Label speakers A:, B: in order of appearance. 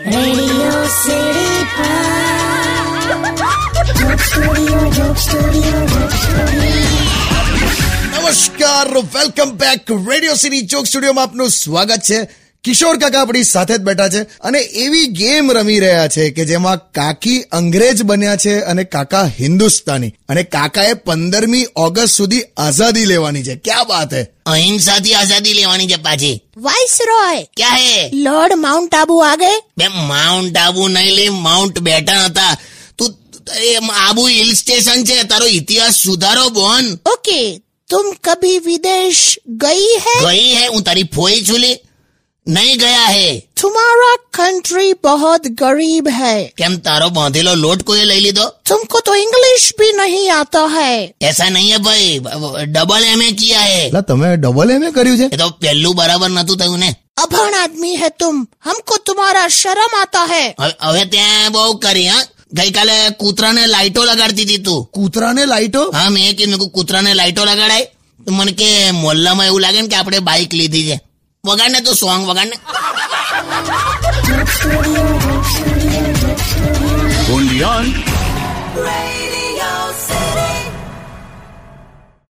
A: Radio City Pod. Joke Studio, Joke Studio, Joke Studio.
B: નમસ્કાર welcome back radio city ચોક સ્ટુડિયોમાં આપનું સ્વાગત છે કિશોર કાકા આપણી સાથે જ બેઠા છે અને એવી ગેમ રમી રહ્યા છે કે જેમાં કાકી અંગ્રેજ બન્યા છે અને કાકા હિન્દુસ્તાની અને કાકાએ પંદરમી ઓગસ્ટ સુધી આઝાદી લેવાની છે ક્યાં વાત હે
C: अहिंसा थी आजादी लेवानी છે પાછી
D: वाइस रॉय
C: ક્યાં હે
D: लॉर्ड माउंट आबू आ गए
C: બે માઉન્ટ આબુ નહીં લે માઉન્ટ બેટન હતા તું એ આબુ હિલ સ્ટેશન છે તારો ઇતિહાસ સુધારો બોન
D: ओके तुम कभी विदेश गई है
C: ગઈ હે હું તારી ફોઈ છું લે નહીં ગયા હે
D: तुम्हारा कंट्री बहुत गरीब है
C: કેમ તારો બાંધેલો લોટ કોઈએ લઈ લીધો
D: तुमको तो इंग्लिश भी नहीं आता है
C: એસા નહીં હે ભાઈ ડબલ એમ એ કિયા હે
B: એટલે તમે ડબલ એમ કર્યું છે
C: એ
D: तो
C: તો પહેલું બરાબર નતું થયું ને
D: अभण आदमी है तुम हमको तुम्हारा शर्म आता है
C: હવે હવે ત્યાં બહુ કરી
D: हाँ।
C: હા ગઈકાલે કૂતરાને લાઈટો લગાડતી હતી તું
B: કૂતરાને લાઈટો
C: હા મેં કીધું મેં કીધું કૂતરાને લાઇટો લગાડાય તો મને કે મોલ્લામાં એવું લાગે ને કે આપણે બાઇક લીધી છે વગાડને તો સોંગ વગાડને
E: only on
A: Radio